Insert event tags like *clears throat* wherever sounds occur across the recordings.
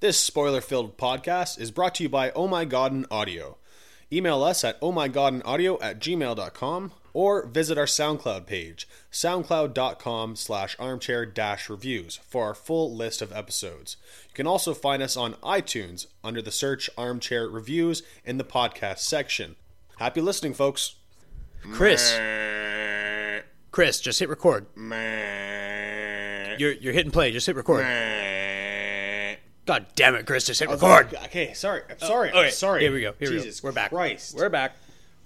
This spoiler filled podcast is brought to you by Oh My Godden Audio. Email us at ohmygoddenaudio at gmail.com or visit our SoundCloud page, soundcloud.com slash armchair dash reviews for our full list of episodes. You can also find us on iTunes under the search Armchair Reviews in the podcast section. Happy listening, folks. Chris, Chris, just hit record. You're you're hitting play. Just hit record. God damn it, Chris, just hit record. Okay, sorry. I'm sorry. Oh, okay, I'm sorry. here we go, here we go. Jesus We're back. Christ. We're back.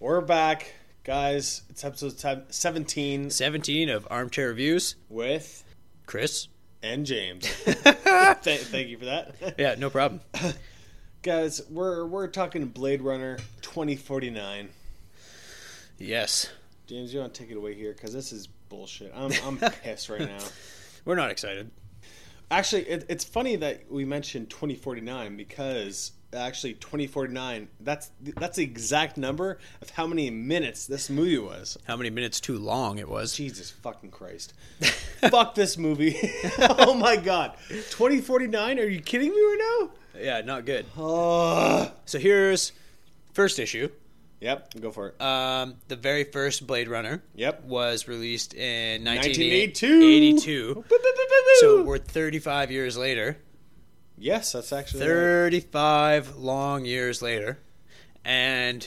We're back, guys. It's episode ten- 17 Seventeen of armchair reviews. with Chris. and James. Th- thank you for that, *laughs* Yeah, no problem. guys. We're we're talking Blade Runner 2049. Yes, James, you want to take it away here because this is bullshit. I'm I'm pissed right now. we're not excited. Actually, it, it's funny that we mentioned 2049 because actually 2049 that's that's the exact number of how many minutes this movie was. How many minutes too long it was? Jesus fucking *laughs* Christ. Fuck this movie. *laughs* oh my god. 2049? Are you kidding me right Yeah, not good. now? Ugh. So here's first issue. Yep, go for it. Um, the very first Blade Runner. Yep. Was released in 1982. 1982. Boop, boop, boop, boop, So boop. we're 35 years later. yes, that's actually right. 35 long years later and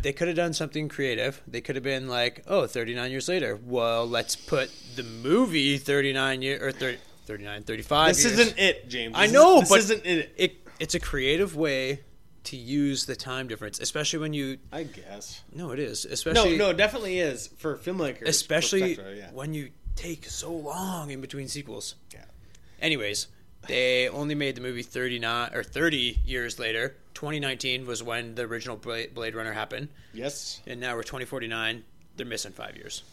they could have done something creative they could have been like oh 39 years later well let's put the movie 39 year or 30, 39 35 This years. isn't it, James. I This know, is, this but- isn't it. it it's a creative way to use the time difference especially when you I guess. no it is No, especially no, it definitely is for filmmakers. especially perspective, yeah. when you take so long in between sequels Yeah. Anyways, they only made the movie 39 or 30 years later. 2019 was when the original Bla- Blade Runner happened, Yes. and now we're 2049. They're missing five years.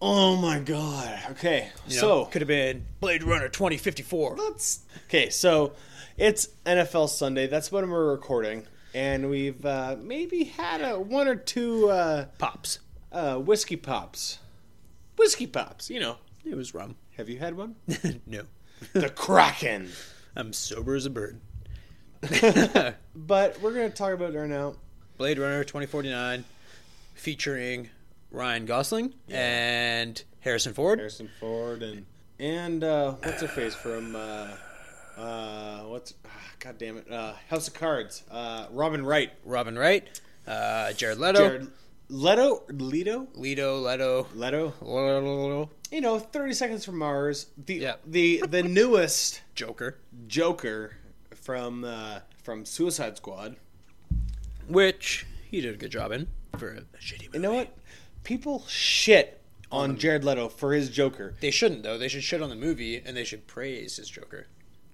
Oh my god. Okay. You know, so, could have been Blade Runner 2054. Let's- okay, so it's NFL Sunday. That's when we're recording, and we've uh, maybe had a one or two uh, Pops. uh, whiskey pops. Whiskey pops, you know. It was rum. *laughs* Have you had one? no, *laughs* the Kraken. I'm sober as a bird. But we're gonna talk about it right now. Blade Runner 2049, featuring Ryan Gosling and Harrison Ford. Harrison Ford and and uh, what's her face from uh, uh, what's ah, God damn it uh, House of Cards. Uh, Robin Wright, Robin Wright, uh, Jared Leto, Jared Leto, Leto, Leto, Leto, Leto. Leto, You know, Thirty Seconds from Mars. The Yeah. the the newest Joker. Joker from uh, from Suicide Squad. which he did a good job in for a shitty movie. You know what? People shit on Jared Leto for his Joker. They shouldn't though. They should shit on the movie and they should praise his Joker.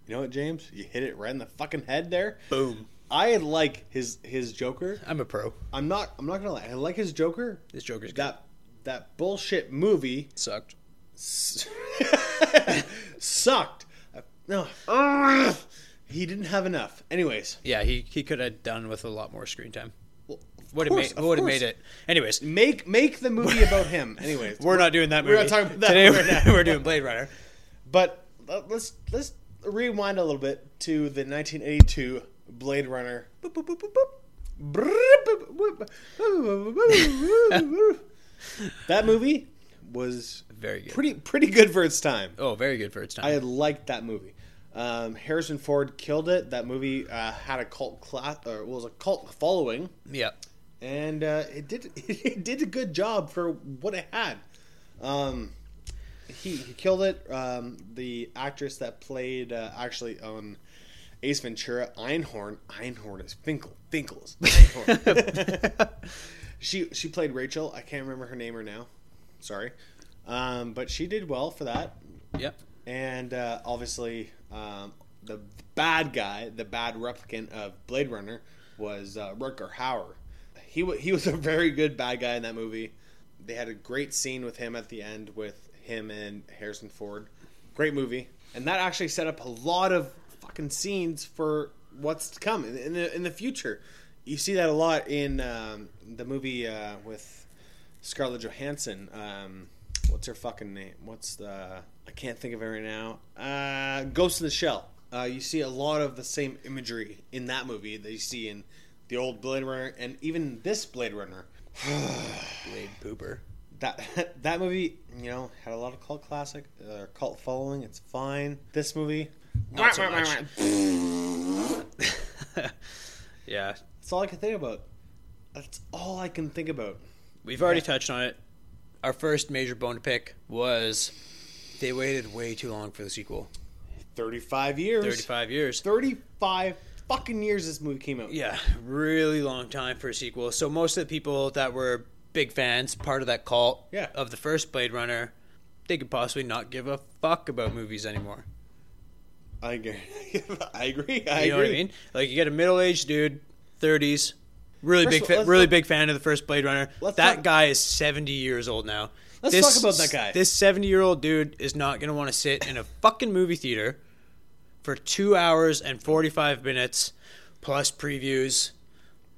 You know what, James? You hit it right in the fucking head there. Boom. I like his his Joker. I'm a pro. I'm not. I'm not gonna lie. I like his Joker. This Joker's got That that bullshit movie *laughs* sucked. s- sucked. I- No, he didn't have enough. Anyways, Yeah, he, he could have done with a lot more screen time. well, Would have course, made of would have course. made it. Anyways, make make the movie *laughs* about him. Anyways, we're not doing that we're movie. not talking about that Today right we're, *laughs* now. we're doing Blade Runner. but uh, let's let's rewind a little bit to the 1982 Blade Runner. Boop, boop, boop, boop, boop. Brrr, boop, boop, boop, boop, boop, boop. *laughs* that movie was Very good. pretty pretty good for its time. oh, very good for its time. I liked that movie. Um, Harrison Ford killed it. That movie uh, had a cult class, or was a cult following, yeah. and uh, it did *laughs* it did a good job for what it had. Um, he, he killed it. Um, the actress that played uh, actually on Ace Ventura, Einhorn. Einhorn is Finkel. Finkel's Einhorn. she she played Rachel. I can't remember her name right now. Sorry, um, but she did well for that Yeah. and uh, obviously um, the bad guy, the bad replicant of Blade Runner, was uh, Rutger Hauer. He wa he was a very good bad guy in that movie. They had a great scene with him at the end with him and Harrison Ford. Great movie, and that actually set up a lot of fucking scenes for what's to come in, in the in the future. You see that a lot in um, the movie uh, with Scarlett Johansson. Um, what's her fucking name? What's the? I can't think of it right now. Uh, Ghost in the Shell. Uh, you see a lot of the same imagery in that movie that you see in the old Blade Runner and even this Blade Runner. Blade *laughs* pooper. That *laughs* that movie, you know, had a lot of cult classic or cult following. It's fine. This movie, Not so much. yeah, that's all I can think about. That's all I can think about. We've already touched on it. Our first major bone to pick was they waited way too long for the sequel. Thirty-five years. 35 years. 35 fucking years this movie came out. Yeah, really long time for a sequel. So most of the people that were big fans, part of that cult Yeah. of the first Blade Runner, they could possibly not give a fuck about movies anymore. I agree. *laughs* I agree. I You know agree. what I mean? Like you get a middle-aged dude, 30s, really First big of fa- all, let's really not- big fan of the first Blade Runner. Let's that not- guy is 70 years old now. Let's talk about that guy. This 70-year-old dude is not going to want to sit in a fucking movie theater for 2 hours and 45 minutes plus previews.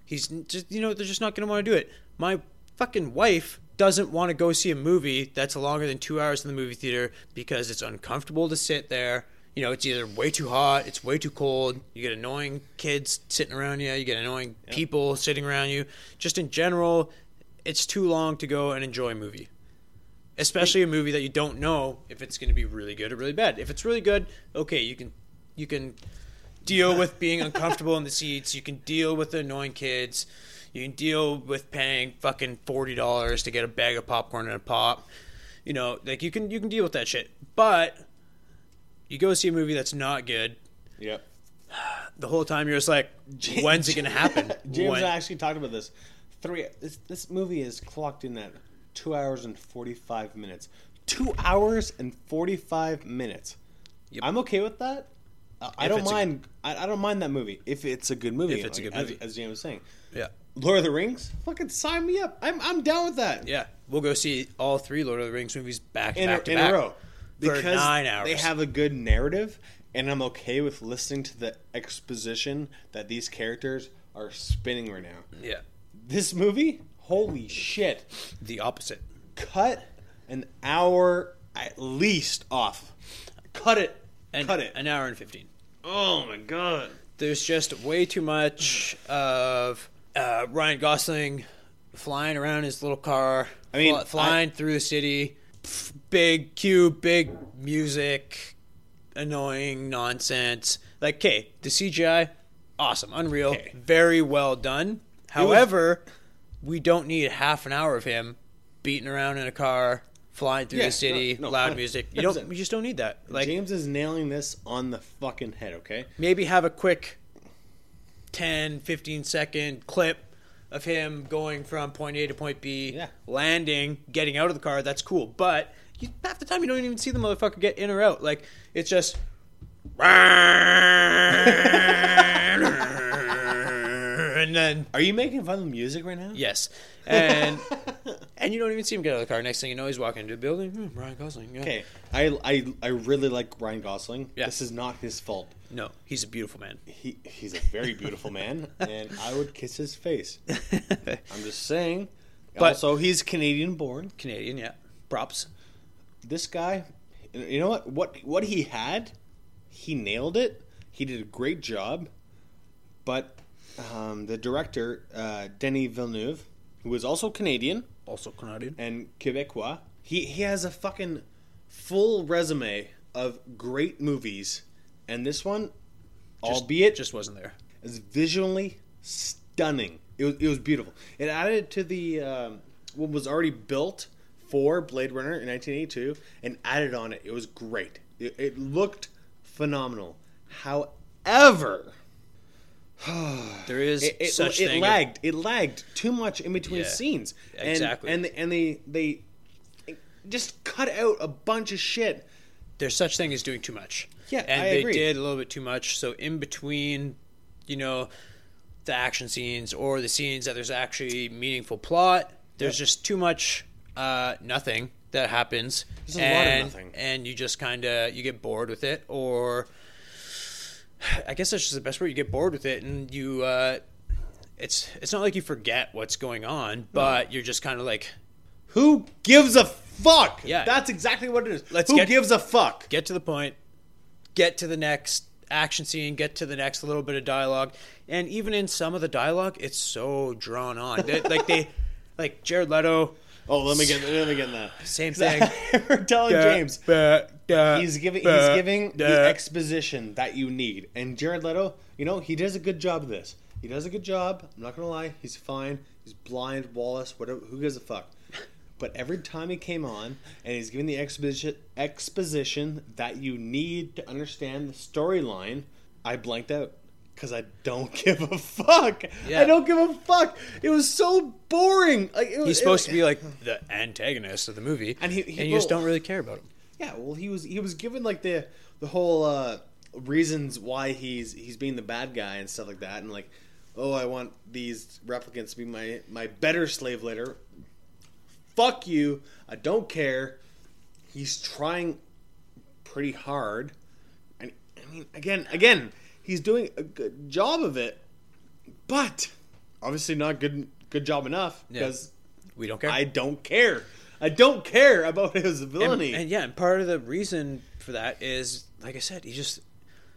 He's n- just you know they're just not going to want to do it. My fucking wife doesn't want to go see a movie that's longer than 2 hours in the movie theater because it's uncomfortable to sit there. You know, it's either way too hot, it's way too cold. You get annoying kids sitting around you, you get annoying people sitting around you. Just in general, it's too long to go and enjoy a movie. Especially a movie that you don't know if it's going to be really good or really bad. If it's really good, okay, you can you can deal with being uncomfortable in the seats. You can deal with the annoying kids. You can deal with paying fucking forty dollars to get a bag of popcorn and a pop. You know, like you can you can deal with that shit. But you go see a movie that's not good. Yep. The whole time you're just like, when's it gonna happen? *laughs* James When- actually talked about this. Three. This, this movie is clocked in at two hours and forty-five minutes. Two hours and forty-five minutes. Yep. I'm okay with that. Uh, I If don't it's a- mind. I I I don't mind that movie if it's a good movie. If it's a good as- movie. as, James was saying. yeah, Lord of the Rings, fucking sign me up. I'm I'm down with that. yeah. We'll go see all three Lord of the Rings movies back to in, back a, to in back a row for because nine hours. they have a good narrative, and I'm okay with listening to the exposition that these characters are spinning right now. yeah, This movie, holy shit, the opposite. cut an hour at least off. Cut it, And, cut it. An hour and fifteen. oh my god. there's just way too much of uh, Ryan Gosling flying around his little car. I mean, fl- flying through the city, pff, big cue, big music, annoying nonsense. Like, okay, the CGI, awesome, unreal, Okay. very well done. However, we don't need half an hour of him beating around in a car, flying through Yeah, the city, no, no, loud 100%. music. You don't, we just don't need that. Like, James is nailing this on the fucking head. Okay, maybe have a quick 10 15 second clip of him going from point A to point B, Yeah. landing, getting out of the car. That's cool. But you, half the time you don't even see the motherfucker get in or out. Like it's just *laughs* and then are you making fun of the music right now? yes. *laughs* And and you don't even see him get out of the car. Next thing you know he's walking into a building. Hmm, Ryan Gosling. yeah. Okay, I, I I really like Ryan Gosling. Yeah. This is not his fault. No, he's a beautiful *laughs* man. he he's a very beautiful *laughs* man, and I would kiss his face. I'm just saying. But- also, he's Canadian born. Canadian, yeah. Props. This guy, you know what? What what he had, he nailed it. He did a great job. But um, the director, uh, Denis Villeneuve, who is also Canadian Also Canadian. and Quebecois, he he has a fucking full resume of great movies, and this one, albeit just wasn't there. is visually stunning. It was, it was beautiful. It added to the um, what was already built for Blade Runner in 1982 and added on it. It was great. It, it looked phenomenal. However, There is it, it, such it thing. of- lagged. It lagged too much in between Yeah, scenes. And, exactly. And and they they just cut out a bunch of shit. there's such thing as doing too much. Yeah, and I they agree. did a little bit too much. So in between, you know, the action scenes or the scenes that there's actually meaningful plot, there's just too much uh, nothing that happens. There's a lot of and, nothing. and you just kind of you get bored with it, or *sighs* I guess that's just the best word. You get bored with it, and you. Uh, it's it's not like you forget what's going on, but you're just kind of like Who gives a fuck? Yeah. that's exactly what it is. Let's Who get- gives a fuck? get to the point, get to the next action scene, get to the next little bit of dialogue, and even in some of the dialogue, it's so drawn on. They- like they, *laughs* like Jared Leto, Oh, let me get let me get in that. Same 'Cause I- *laughs* We're telling James Uh, he's giving he's giving the exposition that you need. And Jared Leto, you know, he does a good job of this. He does a good job. I'm not gonna lie, he's fine. He's blind, Wallace, whatever. Who gives a fuck? But every time he came on, and he's giving the exposition exposition that you need to understand the storyline, I blanked out because I don't *laughs* give a fuck. Yeah. I don't give a fuck. It was so boring. Like it was, He's supposed to be like the antagonist of the movie, And he- he and you just will. don't really care about him. Yeah, well, he was he was given like the the whole uh, reasons why he's he's being the bad guy and stuff like that, and like, oh, I want these replicants to be my my better slave later. Fuck you! I don't care. He's trying pretty hard, and I mean, again, again, he's doing a good job of it, but obviously not good good job enough Yeah. because We don't care. I don't care. I don't care about his and, villainy. and yeah, and part of the reason for that is, like I said, he just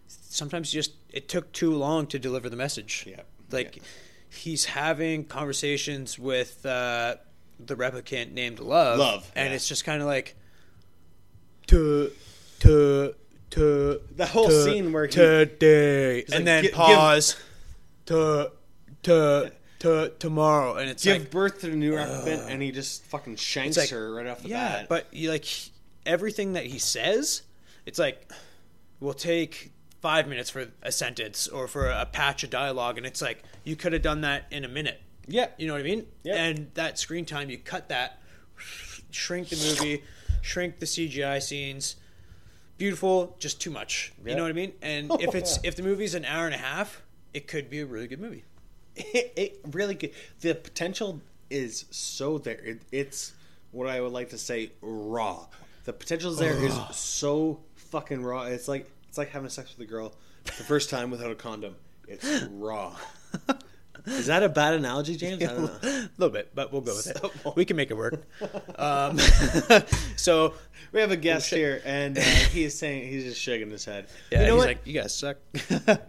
sometimes just it took too long to deliver the message. Yeah. like Yeah. he's having conversations with uh, the replicant named Love. Love, and yeah. it's just kind of like, to, to, to The whole to- scene where he- today and like, then "Gi- give- pause, to, to, to tomorrow, and it's give like, birth to the new occupant, and he just fucking shanks like- her right off the yeah, bat. but you like he- everything that he says, it's like will take five minutes for a sentence or for a patch of dialogue, and it's like you could have done that in a minute. yeah, You know what I mean? Yeah. And that screen time, you cut that, shrink the movie, shrink the CGI scenes. Beautiful, just too much. Yeah. You know what I mean? *laughs* And if it's if the movie's an hour and a half, it could be a really good movie. *laughs* it, it really could. The potential is so there. It, it's what I would like to say raw. The potential there is so fucking raw. It's like it's like having sex with a girl the first time without a condom. It's *laughs* raw. is that a bad analogy, *laughs* James? *laughs* I don't know. a little bit, but we'll go with it. So- *laughs* We can make it work. um, *laughs* so We have a guest here, and uh, he is saying he's just shaking his *laughs* head. yeah, you know he's what? like, you guys suck.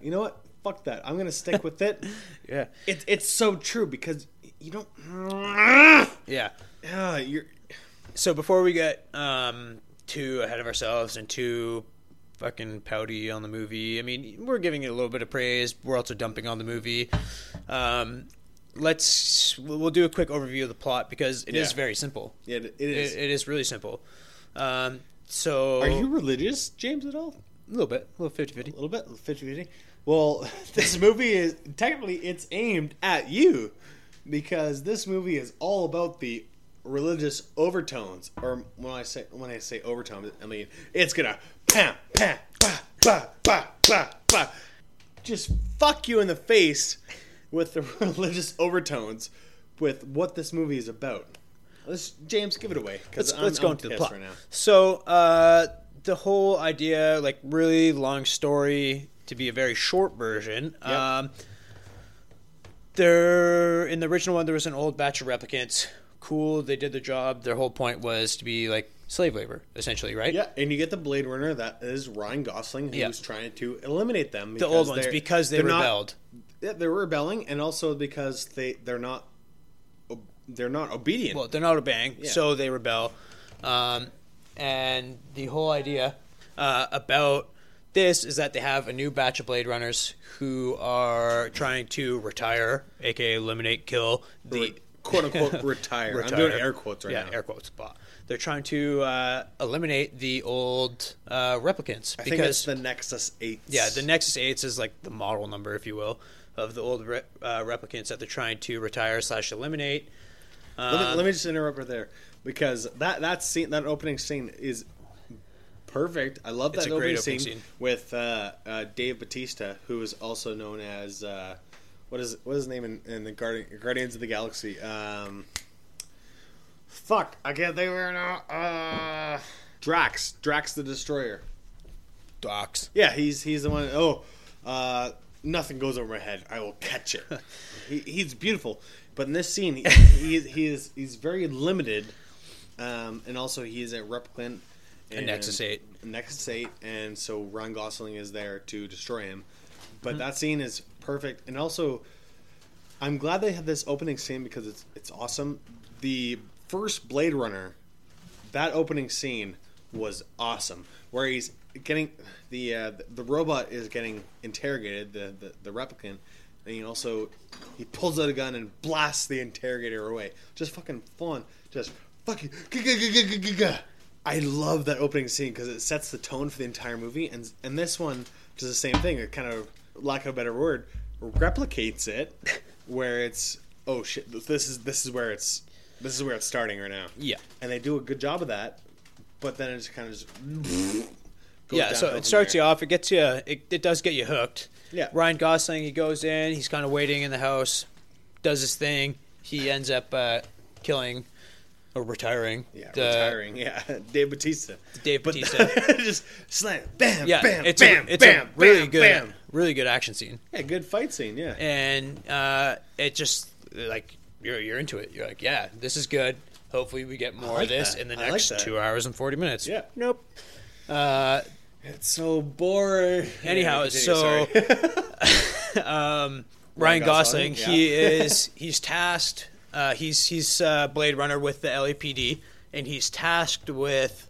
you know what? Fuck that. I'm gonna stick with *laughs* it. *laughs* yeah, It, it's so true because you don't. *sighs* yeah. Yeah, you're. So before we get um, too ahead of ourselves and too fucking pouty on the movie, I mean, we're giving it a little bit of praise. We're also dumping on the movie. Um, let's we'll we'll do a quick overview of the plot because it is Yeah. very simple. It, it It, is. it is really simple. Um, so Are you religious, James, at all? a little bit, a little 50-50. A little bit, 50-50? Well, *laughs* this movie is technically it's aimed at you because this movie is all about the religious overtones. Or when I say when I say overtones, I mean it's gonna pam pam ba ba ba ba ba, just fuck you in the face with the *laughs* religious overtones with what this movie is about. Let's James give it away. 'cause let's, I'm- let's go I'm into the pissed plot. right now. So uh, the whole idea, like really long story, to be a very short version. Um, there in the original one, there was an old batch of replicants. Cool, they did their job. Their whole point was to be like slave labor, essentially, right? Yeah, and you get the Blade Runner that is Ryan Gosling who's Yeah. trying to eliminate them. The old ones because they rebelled. yeah, they're rebelling, and also because they they're not ob- they're not obedient. Well, they're not obeying, Yeah. so they rebel. Um, and the whole idea uh, about this is that they have a new batch of Blade Runners who are trying to retire, aka eliminate, kill the Re- quote *laughs* unquote retire. I'm doing air quotes right yeah, now. air quotes. Blah. They're trying to uh, eliminate the old uh, replicants I think it's because the Nexus Eight. yeah, the Nexus 8s is like the model number, if you will, of the old re- uh, replicants that they're trying to retire slash eliminate. let, me, let Um, me just interrupt right there because that that scene that opening scene is perfect. I love that It's a opening, great scene, opening scene. with uh, uh, Dave Batista, who is also known as uh, what is what is his name in, in the Guardian, Guardians of the Galaxy. Um, fuck, I can't think of it right now. Uh, Drax, Drax the Destroyer. Docs. Yeah, he's he's the one. Oh, uh, nothing goes over my head. I will catch *laughs* it. he, he's beautiful, but in this scene, he, he, is- he is he's very limited, um, and also he is a replicant, A Nexus 8. Nexus 8, and so Ryan Gosling is there to destroy him. Mm-hmm. But that scene is perfect, and also, I'm glad they had this opening scene because it's it's awesome. The first Blade Runner, that opening scene was awesome, where he's getting the uh, the robot is getting interrogated, the the, the replicant. And he also he pulls out a gun and blasts the interrogator away. Just fucking fun. Just fucking. I love that opening scene because it sets the tone for the entire movie, and and this one does the same thing. It kind of, lack of a better word, replicates it, where it's oh shit, this is this is where it's this is where it's starting right now. Yeah. and they do a good job of that, but then it just kind of just *laughs* goes yeah, so downhill from it starts there. you off. It gets you. It, it does get you hooked. Yeah. Ryan Gosling. He goes in. He's kind of waiting in the house. Does his thing. He ends up uh, killing or retiring. Yeah, the- retiring. Yeah, *laughs* Dave Batista. uh, Dave But Bautista. *laughs* just slam, bam, yeah, bam, it's bam, a, it's bam, a really bam, good, bam. really good action scene, Yeah, good fight scene. Yeah, and uh, it just like you're you're into it. You're like, yeah, this is good. Hopefully, we get more like of this that. in the I like next that. two hours and forty minutes. Yeah. Nope. Uh, it's so boring. *laughs* Anyhow, Continue, so- sorry. Ryan Gosling, Gosling. *laughs* He is he's tasked. Uh, he's he's uh, Blade Runner with the LAPD, and he's tasked with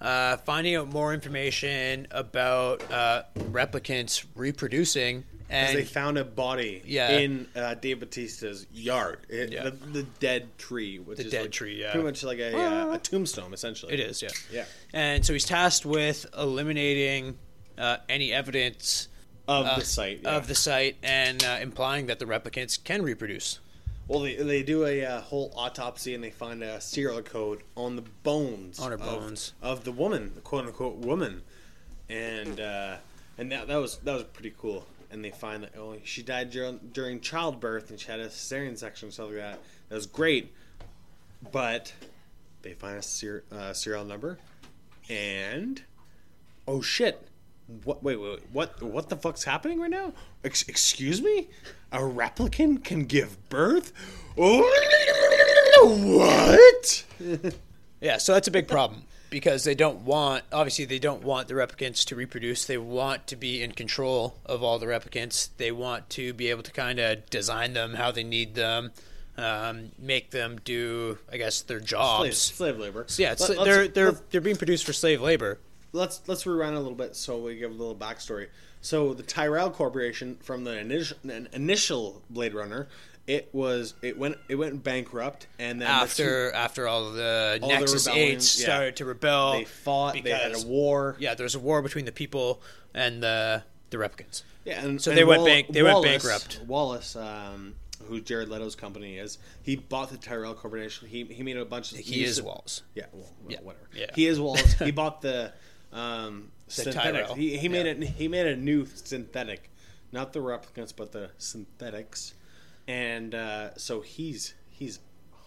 uh, finding out more information about uh, replicants reproducing. And they found a body Yeah. in uh, Dave Batista's yard, It- Yeah. the, the dead tree, which the is dead like tree, yeah. pretty much like a, uh, a tombstone, essentially. It is, yeah. Yeah. And so he's tasked with eliminating uh, any evidence of the site. yeah. Uh, of the site and uh, implying that the replicants can reproduce. well, they, they do a uh, whole autopsy and they find a serial code on the bones On her of- bones. of, the woman, the quote unquote woman, and uh, and that, that was that was pretty cool. And they find that oh she died during, during childbirth and she had a cesarean section and stuff like that. That was great, but they find a ser- uh, serial number and oh shit what wait, wait wait what what the fuck's happening right now Ex- excuse me a replicant can give birth what Yeah, so that's a big problem because they don't want, obviously, they don't want the replicants to reproduce. They want to be in control of all the replicants. They want to be able to kind of design them how they need them, um, make them do, I guess, their slave, jobs. slave labor So yeah, it's, Let- let's- they're they're let's- they're being produced for slave labor. let's let's rewind a little bit so we give a little backstory. So the Tyrell Corporation from the initial, initial Blade Runner, it was it went it went bankrupt and then the two- after after all the the Nexus rebellions, Eights yeah. started to rebel. they fought they had a because- war Yeah, there was a war between the people and the the replicants. yeah and So and they went Wall- bank- they went Wallace- bankrupt. Wallace um, who Jared Leto's company is he bought the Tyrell Corporation he he made a bunch of He used is to- Walls. yeah well, well, Yeah. whatever Yeah. he is Wallace he bought the um, synthetic Tyrell. he, he made Yeah. it he made a new synthetic not the replicants but the synthetics and uh, so he's he's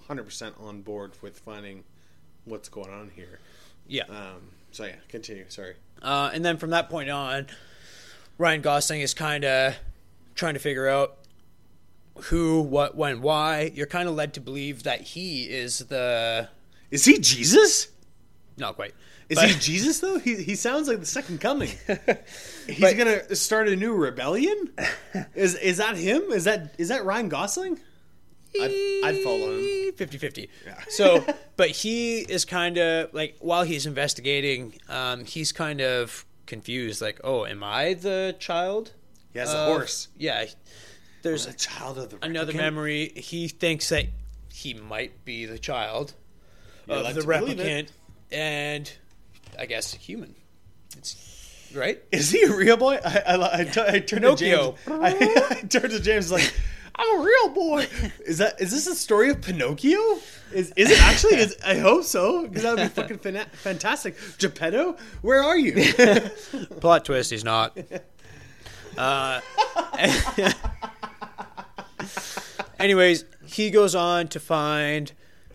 100% on board with finding what's going on here Yeah. um, so yeah continue sorry Uh, and then from that point on, Ryan Gosling is kind of trying to figure out who, what, when, why. You're kind of led to believe that he is the is he Jesus not quite. Is *laughs* but- he Jesus though? He he sounds like the second *laughs* coming. He's But- gonna start a new *laughs* rebellion. Is is that him? Is that is that Ryan Gosling? I'd, I'd follow him. 50 50. So, *laughs* but he is kind of like, while he's investigating, um, he's kind of confused like, oh, am I the child? He has of- a horse. Yeah. Uh, There's He's a child of the another replicant. memory. He thinks that he might be the child You're of led the to believe it. replicant and I guess human. It's right. Is he a real boy? I I, li- I, tu- I turned to James. Pinocchio. I, *laughs* I turned to James like, I'm a real boy. Is that is this a story of Pinocchio? Is is it actually? Is, I hope so because that would be fucking fana- fantastic. Geppetto, where are you? *laughs* *laughs* Plot twist. He's *laughs* not. Uh, *laughs* anyways, he goes on to find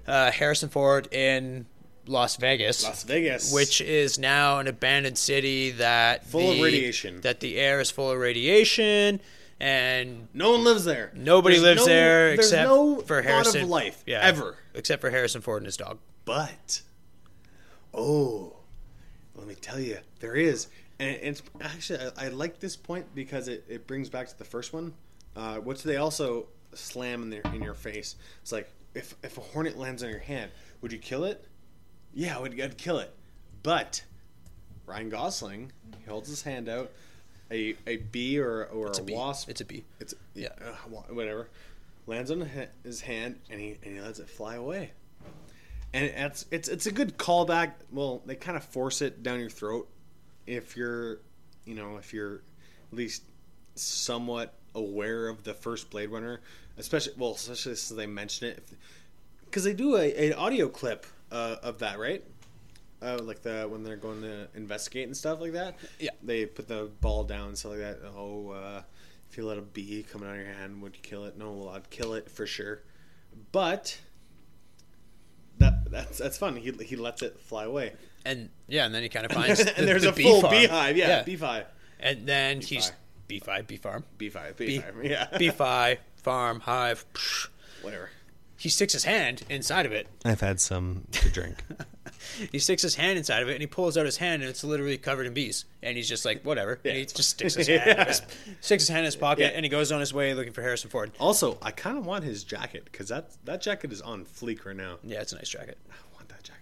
uh, Harrison Ford in Las Vegas. Las Vegas. which is now an abandoned city that Full of the- radiation. That the air is full of radiation, and No one lives there. nobody There's lives no- there there's except no for thought Harrison. of life yeah, ever. except for Harrison Ford and his dog. But oh, Let me tell you, there is, and it- it's actually I, I like this point because it, it brings back to the first one, uh, which they also slam in their in your face. It's like if if a hornet lands on your hand, would you kill it? Yeah, I would, I'd kill it, but Ryan Gosling he holds his hand out. A, a bee or, or It's a, a bee. wasp. It's a bee. It's yeah, Yeah. uh, wha- whatever. Lands on hi- his hand and he and he lets it fly away. And it's it's it's a good callback. Well, they kind of force it down your throat if you're, you know, if you're at least somewhat aware of the first Blade Runner, especially well, especially since they mention it, because they do a an audio clip uh, of that, right? Uh, like the when they're going to investigate and stuff like that. Yeah. They put the ball down and stuff like that. Oh, uh, if you let a bee coming out of your hand, would you kill it? No, well, I'd kill it for sure. But that that's that's fun. He he lets it fly away, And yeah, and then he *laughs* kind of finds *laughs* the- and there's the a bee full farm. beehive. Yeah, bee five, and then he's farm. bee five, bee farm, bee five, bee, bee, five. Yeah, bee five, farm, hive. Psh. whatever. He sticks his hand inside of it. I've had some to *laughs* drink. He sticks his hand inside of it, and he pulls out his hand, and it's literally covered in bees. And he's just like, whatever. Yeah. And he just sticks his hand, *laughs* in his, sticks his hand in his pocket, Yeah. and he goes on his way looking for Harrison Ford. also, I kind of want his jacket because that that jacket is on fleek right now. Yeah, it's a nice jacket. I want that jacket.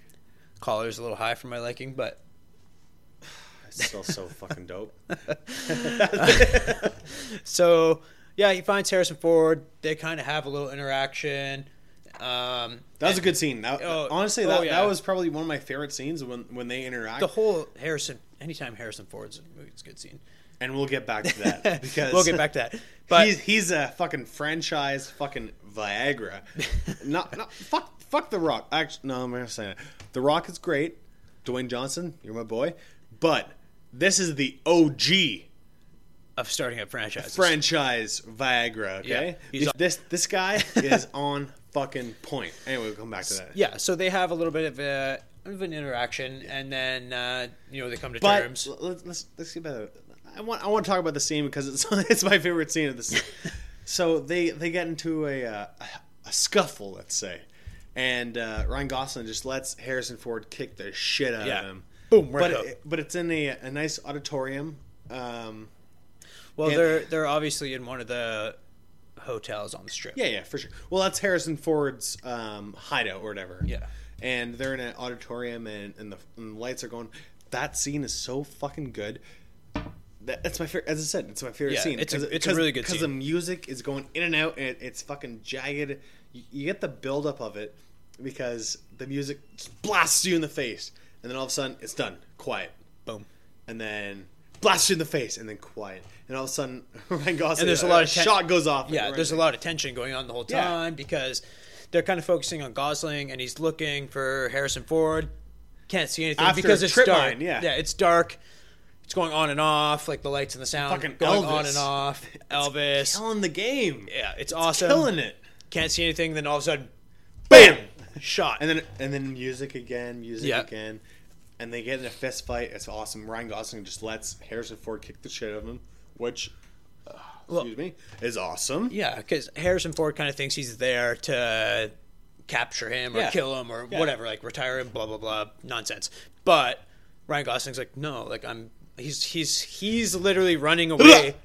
Collar's a little high for my liking, but It's still so fucking dope. so yeah, he finds Harrison Ford. They kind of have a little interaction. Um, That was a good scene. That, Oh, honestly, oh, that, yeah. that was probably one of my favorite scenes when, when they interact. the whole Harrison. Anytime Harrison Ford's in a movie, it's a good scene. and we'll get back *laughs* to that because we'll get back to that. But he's, he's a fucking franchise fucking *laughs* Viagra. not, not fuck fuck the Rock. Actually, no, I'm not saying that. The Rock is great. Dwayne Johnson, you're my boy. But this is the OG of starting a franchise, franchise Viagra. Yeah, Okay, he's on- this this guy is *laughs* on fucking point. Anyway, we'll come back to that. yeah. So they have a little bit of a of an interaction, and then uh, you know they come to But terms. l- let's let's let's get better. I want I want to talk about the scene because it's *laughs* it's my favorite scene of *laughs* this. so they they get into a uh, a scuffle, let's say, and uh, Ryan Gosling just lets Harrison Ford kick the shit out Yeah. of him. Boom, right But hook. it, but it's in a, a nice auditorium. Um, Well, and- they're they're obviously in one of the hotels on the strip. yeah, yeah, for sure. Well, that's Harrison Ford's um, hideout or whatever. Yeah. And they're in an auditorium, and, and, the, and the lights are going. That scene is so fucking good. That, that's my favorite. As I said, it's my favorite Yeah, scene. it's a- 'cause- it's a cause, really good because scene. the music is going in and out, and it, it's fucking jagged. You, you get the buildup of it because the music just blasts you in the face, and then all of a sudden it's done, quiet, Boom. and then blasts you in the face, and then quiet, and all of a sudden *laughs* Ryan Gosling. uh, there's a lot of ten- shot goes off. Yeah, Right there's a there. lot of tension going on the whole Yeah. time because they're kind of focusing on Gosling and he's looking for Harrison Ford. Can't see anything After because it's Trip dark. Mine, yeah. yeah, it's dark. It's going on and off, like the lights and the sound Fucking going Elvis. on and off. Elvis. Killing the game. yeah, it's awesome. Killing it. Can't see anything. Then all of a sudden, Bam. shot. And then and then music again, music Yeah. again, and they get in a fist fight. It's awesome. Ryan Gosling just lets Harrison Ford kick the shit out of him, which, uh, Look- excuse me, is awesome. yeah, because Harrison Ford kind of thinks he's there to capture him or Yeah. kill him or Yeah. whatever, like retire him, blah blah blah, nonsense. But Ryan Gosling's like, no, like I'm. He's he's he's *laughs* literally running away.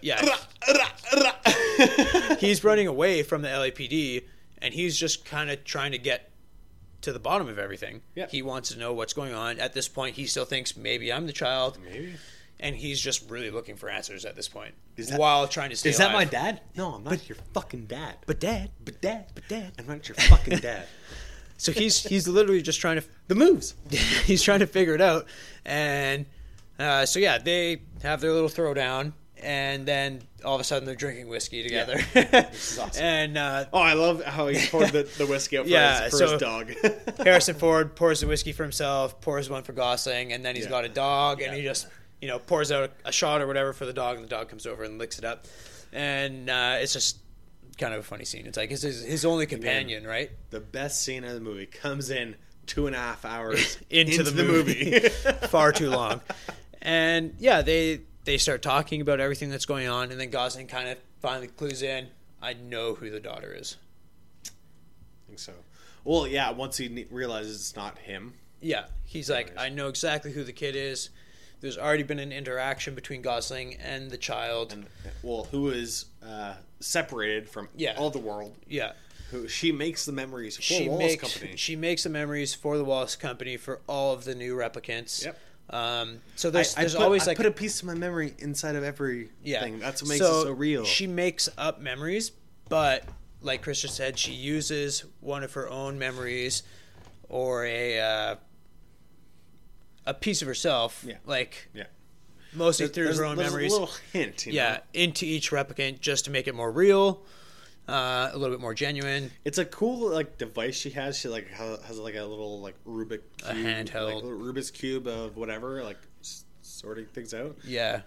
Yeah. he's running away from the LAPD and he's just kind of trying to get to the bottom of everything. Yeah. He wants to know what's going on. At this point, he still thinks maybe I'm the child Maybe. and he's just really looking for answers at this point Is that- while trying to *laughs* stay Is that my alive. dad? No, I'm not your fucking dad. But dad, but dad, but dad. I'm not your fucking *laughs* dad. So he's he's literally just trying to the moves. *laughs* he's trying to figure it out. And uh, so yeah, they have their little throwdown, and then all of a sudden they're drinking whiskey together. *laughs* is awesome. and uh, Oh, I love how he poured the, the whiskey out for, *laughs* Yeah, his, for so- his dog. *laughs* Harrison Ford pours the whiskey for himself, pours one for Gosling, and then he's Yeah. got a dog, and Yeah. he just you know pours out a shot or whatever for the dog, and the dog comes over and licks it up, and uh, it's just kind of a funny scene. It's like it's his, his only companion, right? the best scene of the movie comes in two and a half hours *laughs* into, the, movie, *laughs* far too *laughs* long and yeah they they start talking about everything that's going on and then gosling kind of finally clues in i know who the daughter is think so. Well, yeah, once he ne- realizes it's not him, Yeah, he's like, I know exactly who the kid is. There's already been an interaction between Gosling and the child. And, well, who is uh, separated from Yeah. all the world? yeah, Who she makes the memories for she Wallace makes Company. she makes the memories for the Wallace Company for all of the new replicants. Yep. Um, so there's I, I there's put, always I like put a piece of my memory inside of everything. yeah. That's what makes it so real. She makes up memories, but like Krista said, she uses one of her own memories or a uh, a piece of herself, Yeah. like yeah. mostly through There's- her own there's memories. A little hint. You yeah, Know? into each replicant just to make it more real, uh, a little bit more genuine. It's a cool like device she has. She like ha- has like a little like Rubik cube, handheld. like, little Rubik's cube of whatever, like s- sorting things out. Yeah.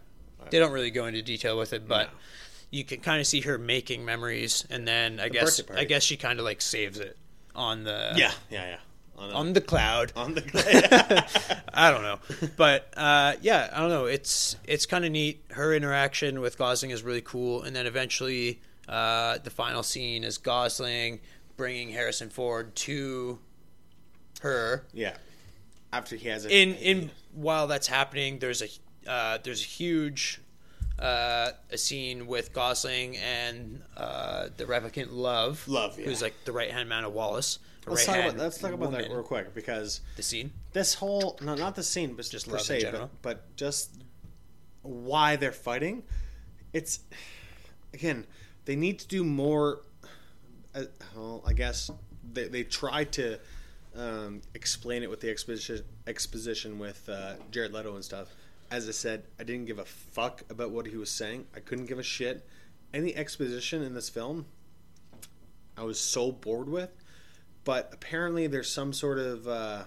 They don't really go into detail with it, but you can kind of see her making memories and then I guess birthday party. I guess she kind of like saves it on the Yeah, yeah, yeah. On, a- on the cloud. *laughs* on the I don't know. *laughs* But uh, yeah, I don't know. It's it's kind of neat. Her interaction with Gosling is really cool, and then eventually uh, the final scene is Gosling bringing Harrison Ford to her. yeah. After he has it In in while that's happening, there's a uh, there's a huge uh, a scene with Gosling and uh, the replicant Love, Love, yeah. who's like the right hand man of Wallace. the let's talk about right-hand let's talk about that woman. real quick because The scene, this whole no, not the scene, but Just just per love in se, general. but, but just why they're fighting. It's again, they need to do more. Uh, well, I guess they they try to um, explain it with the exposition exposition with uh, Jared Leto and stuff. As I said, I didn't give a fuck about what he was saying. I couldn't give a shit. Any exposition in this film, I was so bored with. But apparently, there's some sort of uh,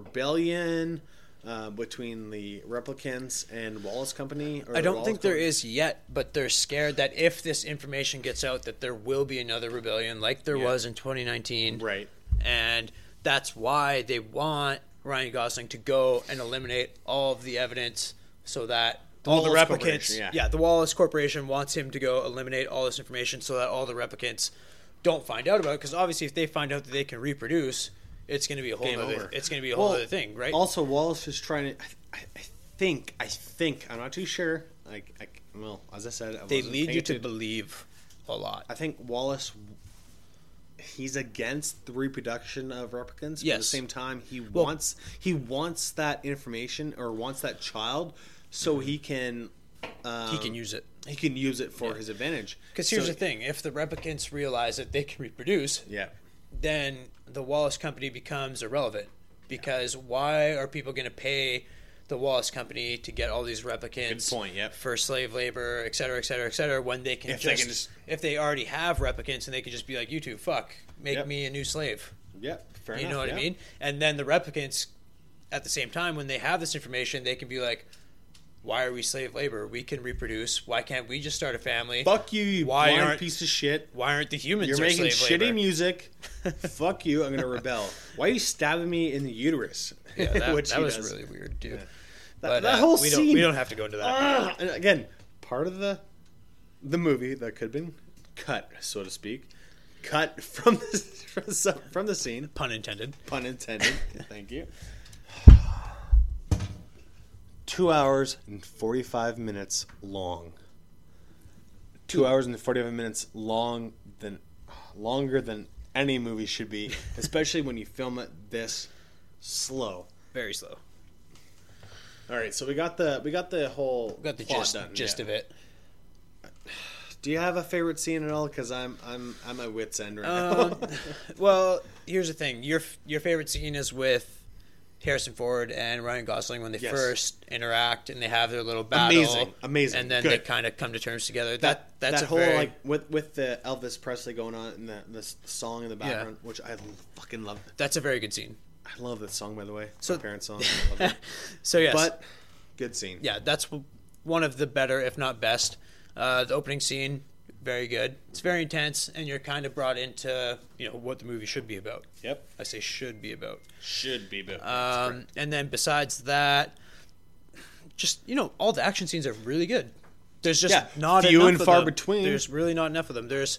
rebellion uh, between the replicants and Wallace Company. Or I the don't Wallace think there Company. is yet, but they're scared that if this information gets out, that there will be another rebellion like there was in 2019. Right. And that's why they want Ryan Gosling to go and eliminate all of the evidence so that all the Wallace replicants. Corporation, yeah. the Wallace Corporation wants him to go eliminate all this information so that all the replicants don't find out about it. Because obviously, if they find out that they can reproduce, it's going to be a whole Game other, over. it's going to be a whole Well, other thing, right? Also, Wallace is trying to. I, I, I think. I think. I'm not too sure. Like, I, well, as I said, I they wasn't lead paying you to atten- believe a lot. I think Wallace. He's against the reproduction of replicants. But at the Yes. same time, he wants he wants that information or wants that child, so he can um, he can use it. he can use it for his advantage. Because here's So- the thing: if the replicants realize that they can reproduce, Yeah. then the Wallace Company becomes irrelevant. Because why are people going to pay the Wallace Company to get all these replicants Good point, yep. for slave labor, et cetera, et cetera, et cetera, when they can, If they just, can just- if they already have replicants and they can just be like, "You two, fuck, make Yep. me a new slave." Yep. Fair You enough, know what yeah. I mean? And then the replicants, at the same time, when they have this information, they can be like. Why are we slave labor? We can reproduce. Why can't we just start a family? Fuck you, you Why blind aren't- piece of shit. Why aren't the humans? You're our making slave shitty labor? *laughs* music. Fuck you. I'm going to rebel. Why are you stabbing me in the uterus? *laughs* Yeah, that, Which that he was does. really weird, dude. That, But that uh, whole we scene. Don't, we don't have to go into that. Ah! And again, part of the the movie that could have been cut, so to speak, cut *laughs* from the, from the, from the scene. Pun intended. Pun *laughs* intended. Thank you. Two hours and 45 minutes long. Two hours and 45 minutes long than longer than any movie should *laughs* be, especially when you film it this slow. Very slow. All right, so we got the we got the whole We got the plot gist, done, gist yeah. of it. Do you have a favorite scene at all? Because I'm I'm I'm at wit's end right Um, *laughs* now. well, here's the thing. Your your favorite scene is with Harrison Ford and Ryan Gosling when they Yes. first interact and they have their little battle. Amazing, amazing, And then good. they kind of come to terms together. That, that that's a whole very, like with with the Elvis Presley going on and the this song in the background, which I l- fucking love. that's a very good scene. I love that song by the way. So- My parents' *laughs* song. I love it. So yes, But good scene. yeah, that's w- one of the better, if not best. Uh, the opening scene, very good. It's very intense, and you're kind of brought into you know what the movie should be about. Yep. Uh, I say should be about. Should be. But Um, and then besides that, just you know, all the action scenes are really good. There's just Yeah, not few enough and of far them. between. There's really not enough of them. There's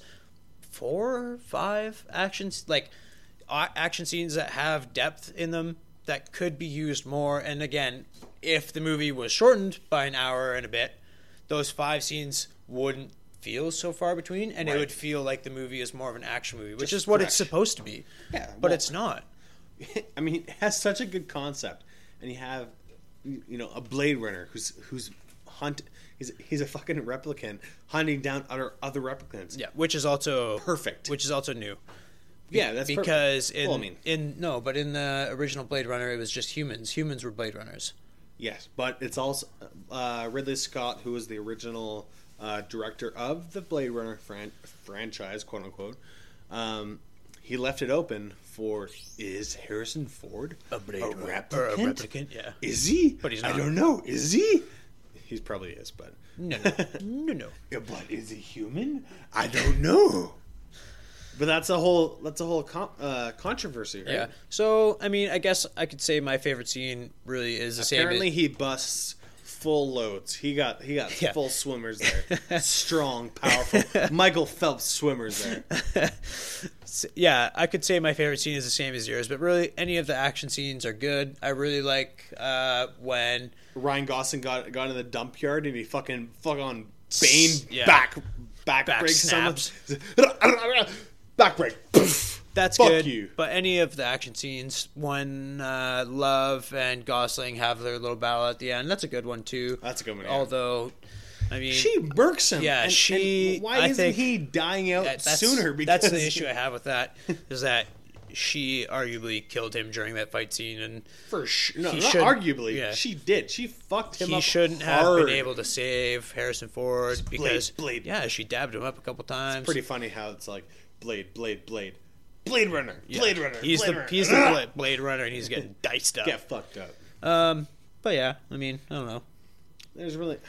four, five actions like a- action scenes that have depth in them that could be used more. And again, if the movie was shortened by an hour and a bit, those five scenes wouldn't feel so far between, and Right. it would feel like the movie is more of an action movie, which Just is what fresh. it's supposed to be. Yeah, but well- it's not. *laughs* I mean, it has such a good concept, and you have, you you know, a Blade Runner who's who's hunt. He's, he's a fucking replicant hunting down other other replicants. Yeah, which is also Perfect. Which is also new. yeah, that's perfect. because in well, I mean, in no, but in the original Blade Runner, it was just humans. Humans were Blade Runners. yes, but it's also uh, Ridley Scott, who was the original uh, director of the Blade Runner fran- franchise, quote unquote. Um, he left it open for is Harrison Ford or a replicant. Yeah. Is he? But he's I not. don't know. Is he? He probably is, but No, *laughs* no, no, no. Yeah, but is he human? I don't *laughs* know. But that's a whole that's a whole con- uh, controversy, right? Yeah. So I mean, I guess I could say my favorite scene really is the Apparently same. he busts full loads. He got he got Yeah. full swimmers *laughs* there. Strong, powerful Michael Phelps swimmers there. s- yeah, I could say my favorite scene is the same as yours, but really any of the action scenes are good. I really like uh, when Ryan Gosling got got in the dump yard and he fucking fuck on Bane Yeah. back back, Back breaks someone. snaps. *laughs* Back break. Poof. that's Fuck good. you. But any of the action scenes when uh, Love and Gosling have their little battle at the end, that's a good one too. That's a good one, yeah. Although, I mean, She murks him. Yeah, and- and she- why I isn't think- he dying out that- that's, sooner? Because that's the issue I have with that is that she arguably killed him during that fight scene, and For sure. No, He not should- arguably. yeah. She did. She fucked him he up. shouldn't hard. have been able to save Harrison Ford because blade. yeah, she dabbed him up a couple times. Pretty funny how it's like Blade, Blade, Blade, Blade Runner, Yeah. Blade Runner. He's Blade the Runner. he's the Ah! *laughs* Blade- Blade Runner, and he's getting diced up. Get fucked up. Um, but yeah, I mean, I don't know. There's really.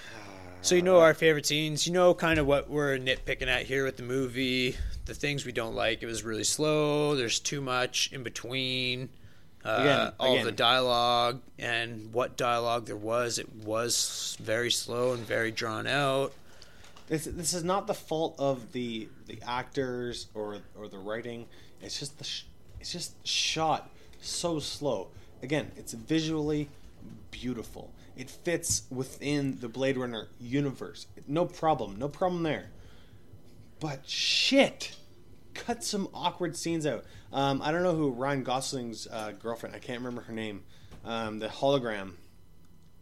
So you know our favorite scenes. You know kind of what we're nitpicking at here with the movie, the things we don't like. It was really slow. There's too much in between. Uh, Again- all again. the dialogue and what dialogue there was, it was very slow and very drawn out. This, this is not the fault of the the actors or or the writing. It's just the sh- it's just shot so slow. Again, it's visually beautiful. It fits within the Blade Runner universe. No problem. No problem there. But shit, cut some awkward scenes out. Um, I don't know who Ryan Gosling's uh, girlfriend. I can't remember her name. Um, the hologram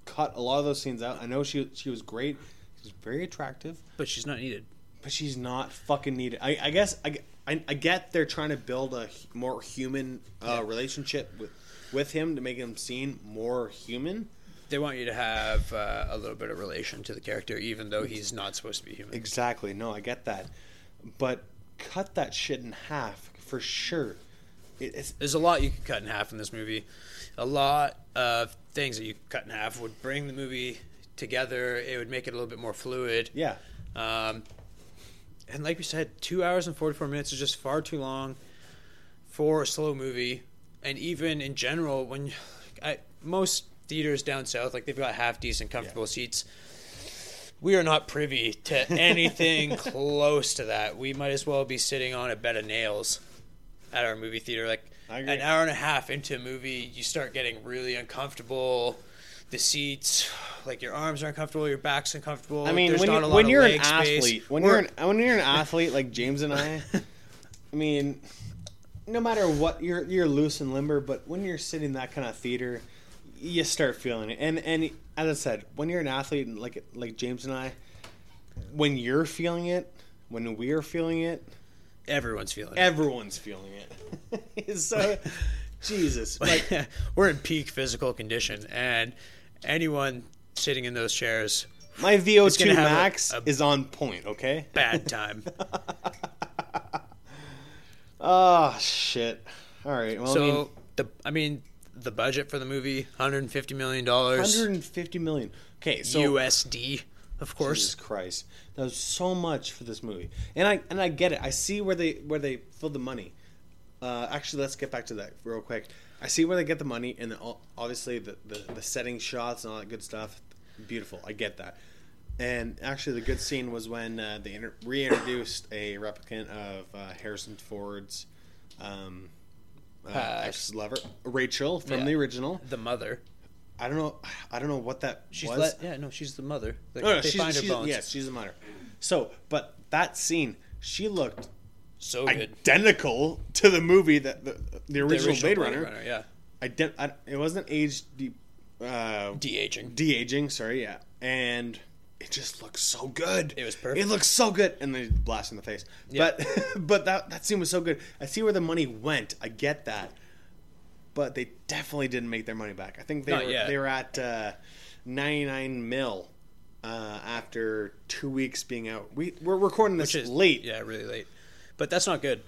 cut a lot of those scenes out. I know she she was great. She was very attractive But she's not needed. but she's not fucking needed. I, I guess I, I, I get they're trying to build a hu- more human uh, relationship with with him to make him seem more human. They want you to have uh, a little bit of relation to the character, even though he's not supposed to be human. Exactly. No, I get that, but cut that shit in half for sure. It, it's There's a lot you could cut in half in this movie. A lot of things that you could cut in half would bring the movie together. It would make it a little bit more fluid. yeah. Um, and like we said, two hours and 44 minutes is just far too long for a slow movie. And even in general, when I, most theaters down south, like they've got half decent, comfortable seats. We are not privy *laughs* to anything close to that. We might as well be sitting on a bed of nails at our movie theater. Like I agree. an hour and a half into a movie, you start getting really uncomfortable. The seats, like your arms are uncomfortable, your back's uncomfortable. I mean, There's when, not you, a lot when of you're an leg space. athlete, when We're- you're an, when you're an athlete like James and *laughs* I, I mean, no matter what, you're you're loose and limber. But when you're sitting in that kind of theater, you start feeling it. And and as I said, when you're an athlete and like like James and I, when you're feeling it, when we're feeling it, everyone's feeling. it. everyone's feeling it. *laughs* so, *laughs* Jesus, like we're in peak physical condition, and anyone sitting in those chairs, my VO2 gonna have a- max a- is on point. Okay. *laughs* bad *laughs* time. Oh shit. All right. Well, so I mean, the I mean the budget for the movie 150 million dollars 150 million. Okay, so USD, of Jesus course. Christ, that was so much for this movie, and I and I get it. I see where they where they filled the money. Uh, actually, let's get back to that real quick. I see where they get the money, and the, obviously the, the the setting shots and all that good stuff. Beautiful, I get that. And actually, the good scene was when uh, they inter- reintroduced a replicant of uh, Harrison Ford's um, uh, Uh, ex lover Rachel from yeah. the original. the mother. I don't know. I don't know what that She's was. Oh, let, yeah, no, she's the mother. They, no, no, they she's, find her she's- bones. Yes, she's a minor. So, but that scene, she looked So good. identical to the movie that the, the The original, Blade Runner. yeah. Ident- I, it wasn't age de, uh, De aging. de aging. Sorry, yeah, and it just looks so good. It was perfect. It looks so good, and then blast in the face. Yeah. But *laughs* but that that scene was so good. I see where the money went. I get that, but they definitely didn't make their money back. I think they Not were, yet. they were at uh, ninety nine mil. Uh, after two weeks being out, we we're recording this Which is late. Yeah, really late. But that's not good.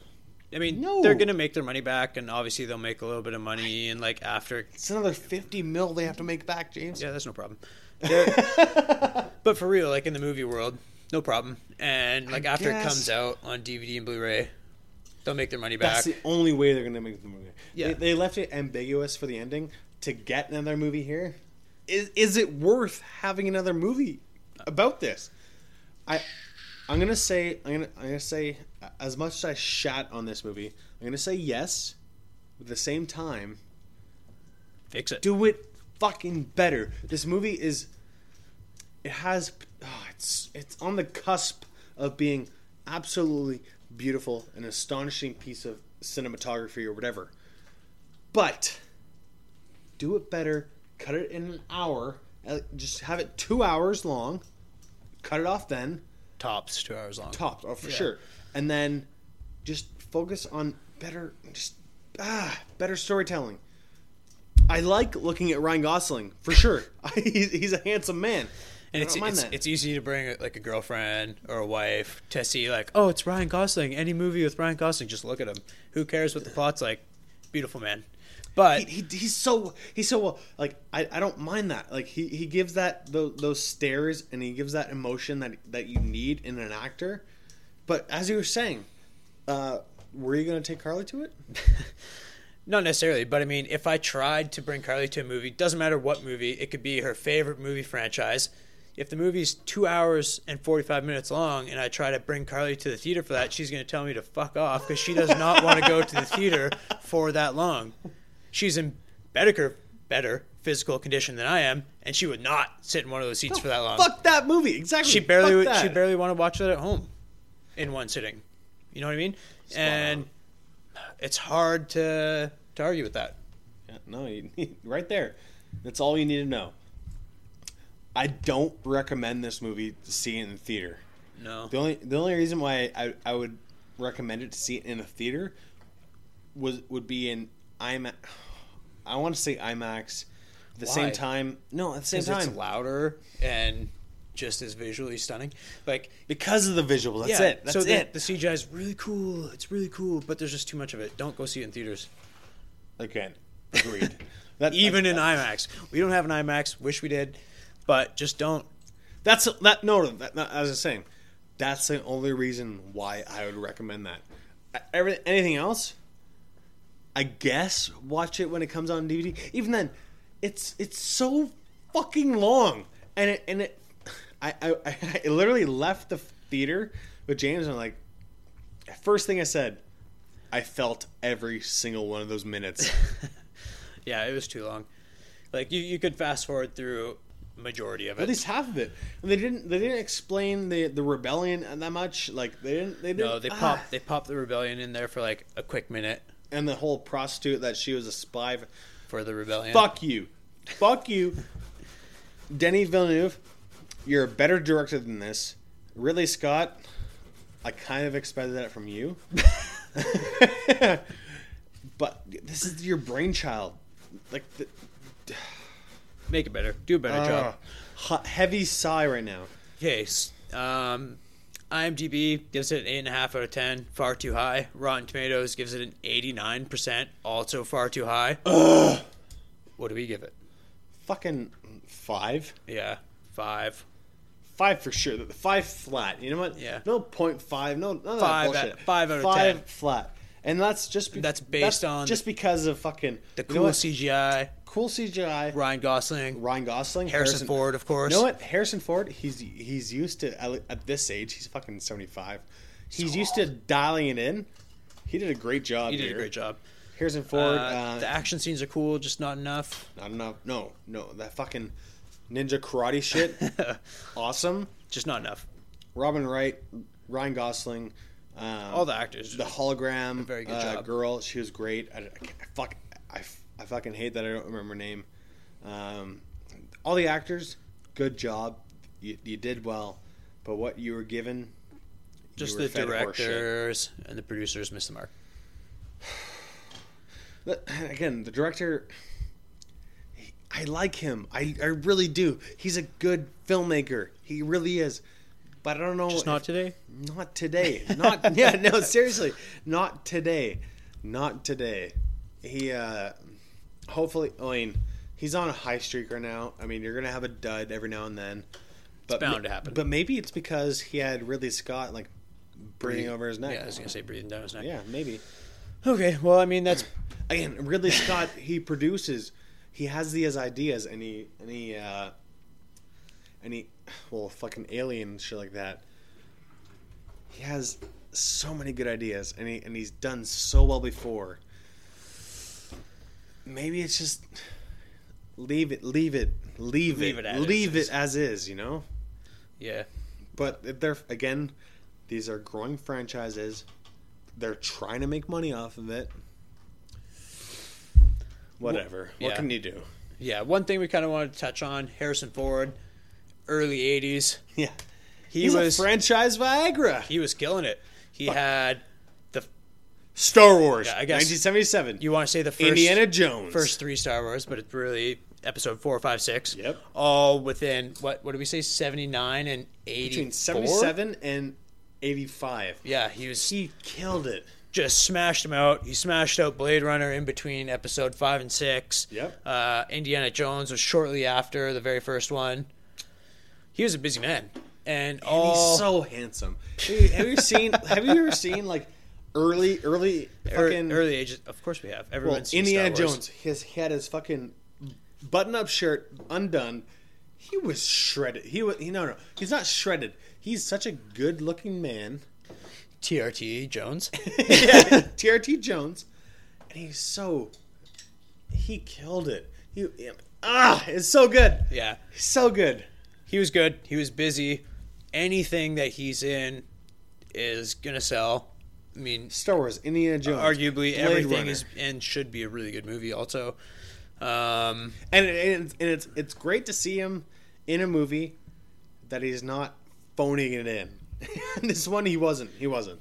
I mean, No. they're gonna make their money back, and obviously they'll make a little bit of money, and like after, It's another fifty mil they have to make back, James. yeah, that's no *laughs* problem. They're- *laughs* but for real, like in the movie world, no problem. And like after guess- it comes out on DVD and Blu-ray, they'll make their money back. That's the only way they're going to make the movie. Yeah. They, they left it ambiguous for the ending to get another movie here. Is is it worth having another movie about this? I I'm going to say I'm going to I'm going to say uh, as much as I shat on this movie, I'm going to say yes. But at the same time, Fix it. do it fucking better. This movie is it has oh, it's it's on the cusp of being absolutely beautiful, an astonishing piece of cinematography or whatever. But do it better. Cut it in an hour. uh, Just have it two hours long. Cut it off then Tops two hours long. top oh, for Yeah. sure. And then just focus on better, just ah, better storytelling. I like looking at Ryan Gosling *laughs* for sure. *laughs* he's, he's a handsome man, And I it's don't mind it's, that. it's easy to bring like a girlfriend or a wife to see like, oh, it's Ryan Gosling. Any movie with Ryan Gosling, just look at him. Who cares what the plot's like? Beautiful man. But he, he- he's so he's so well like I, I don't mind that like he, he gives that those, those stares and he gives that emotion that that you need in an actor but as you were saying uh were you gonna take carly to it Not necessarily, but I mean, if I tried to bring Carly to a movie, doesn't matter what movie, it could be her favorite movie franchise. If the movie's two hours and 45 minutes long and I try to bring Carly to the theater for that, she's going to tell me to fuck off because she does not want to go to the theater for that long. She's in better, better physical condition than I am, and she would not sit in one of those seats for that long. fuck that movie exactly She barely, fuck would, that. she barely want to watch that at home in one sitting. You know what I mean? and on. it's hard to, to argue with that. Yeah, no, you need, *laughs* right there. That's all you need to know. I don't recommend this movie to see it in the theater. No. The only the only reason why I, I would recommend it to see it in a theater was would be in IMAX. I want to say IMAX. At the Why? same time, no, at the same Because time, it's louder and just as visually stunning. Like because of the visual. That's yeah, it. That's so the- it. The, CGI is really cool. It's really cool, but there's just too much of it. Don't go see it in theaters. Again, *laughs* agreed. That, Even that- in IMAX, we don't have an IMAX. Wish we did, but just don't. That's that. No, that, that, I was just saying. That's the only reason why I would recommend that. Everything, anything else, I guess watch it when it comes out on DVD. Even then, it's it's so fucking long, and it and it, I I, *laughs* I I literally left the theater with James and I'm like, first thing I said, I felt every single one of those *laughs* minutes. Yeah, it was too long. Like you, you could fast forward through majority of it. At least half of it. And they didn't. They didn't explain the the rebellion that much. Like they didn't. They didn't. no, they ah. pop they pop the rebellion in there for like a quick minute and the whole prostitute that she was a spy. For. for the rebellion. Fuck you, fuck you, Denny Villeneuve. You're a better director than this, Ridley Scott. I kind of expected that from you, *laughs* but this is your brainchild. Like the Make it better. Do a better Ah. job. hot, uh, heavy sigh right now. Okay, s- um, IMDb gives it an eight and a half out of ten, far too high. Rotten Tomatoes gives it an eighty-nine percent, also far too high. What do we give it? Fucking five. Yeah, five, Five for sure. Five flat. You know what? Yeah. No point five. No, none of Five that out- bullshit. five out of five 10. flat. And that's just be- That's based on- just because of fucking the you know cool what? CGI, cool CGI. Ryan Gosling, Ryan Gosling, Harrison, Ford, of course. You know what? Harrison Ford. He's he's used to at at this age. He's fucking seventy five. He's used to dialing it in. He did a great job. He did a here. great job. Harrison Ford. Uh, uh, the action scenes are cool, just not enough. I don't know. No, no, that fucking ninja karate shit. *laughs* awesome. Just not enough. Robin Wright, Ryan Gosling. Um, All the actors. the hologram very good uh, job. girl. She was great. I, I can't- I fuck, I, f- I fucking hate that I don't remember her name. Um, all the actors, good job. You, you did well, but what you were given, you just were the fed horseshit. directors and the producers missed the mark. But, *clears throat* again, the director. he- I like him. I, I really do. He's a good filmmaker. He really is. But I don't know. Just not if- today. Not today. Not *laughs* yeah. No, seriously, not today. Not today. He uh hopefully. I mean, he's on a high streak right now. I mean, you're gonna have a dud every now and then. But bound to happen. But maybe it's because he had Ridley Scott like breathing over his neck. Yeah, I was gonna say breathing down his neck. yeah, maybe. Okay, well, I mean that's Again, Ridley Scott he produces. He has these ideas, and he and he uh, and he well, fucking alien and shit like that. He has so many good ideas, and he and he's done so well before. Maybe it's just leave it, leave it, leave, Leave it, it as leave is. it as is. You know, *clears throat* yeah. but they're again, these are growing franchises. They're trying to make money off of it. Whatever. yeah. What can you do? Yeah, one thing we kind of wanted to touch on: Harrison Ford, early '80s. Yeah. He He's was a franchise Viagra. he was killing it. He had the Star Wars. Yeah, I guess- 1977. you want to say the first Indiana Jones. first three Star Wars, but it's really episode four, five, six. Yep. All within what what do we say seventy nine and eighty between 77 and 85. Yeah, he was He killed it. just smashed him out. He smashed out Blade Runner in between episode five and six. Yep. Uh, Indiana Jones was shortly after the very first one. He was a busy man, and And all he's so handsome. Have you, have you seen? Have you ever seen like early, *laughs* early ear- fucking early ages. Of course, we have Well, everyone's seen Indiana Star Wars. Jones, his he had his fucking button-up shirt undone. He was shredded. He was he, no no. He's not shredded. He's such a good-looking man. *laughs* TRT Jones. *laughs* TRT Jones, and he's so he killed it. He ah, it's so good. yeah, He's so good. he was good. He was busy. Anything that he's in is gonna sell. I mean, Star Wars, Indiana Jones, Uh, arguably Blade everything Runner. is and should be a really good movie. Also, um, and, and, it's- and it's it's great to see him in a movie that he's not phoning it in. *laughs* this one he wasn't. He wasn't.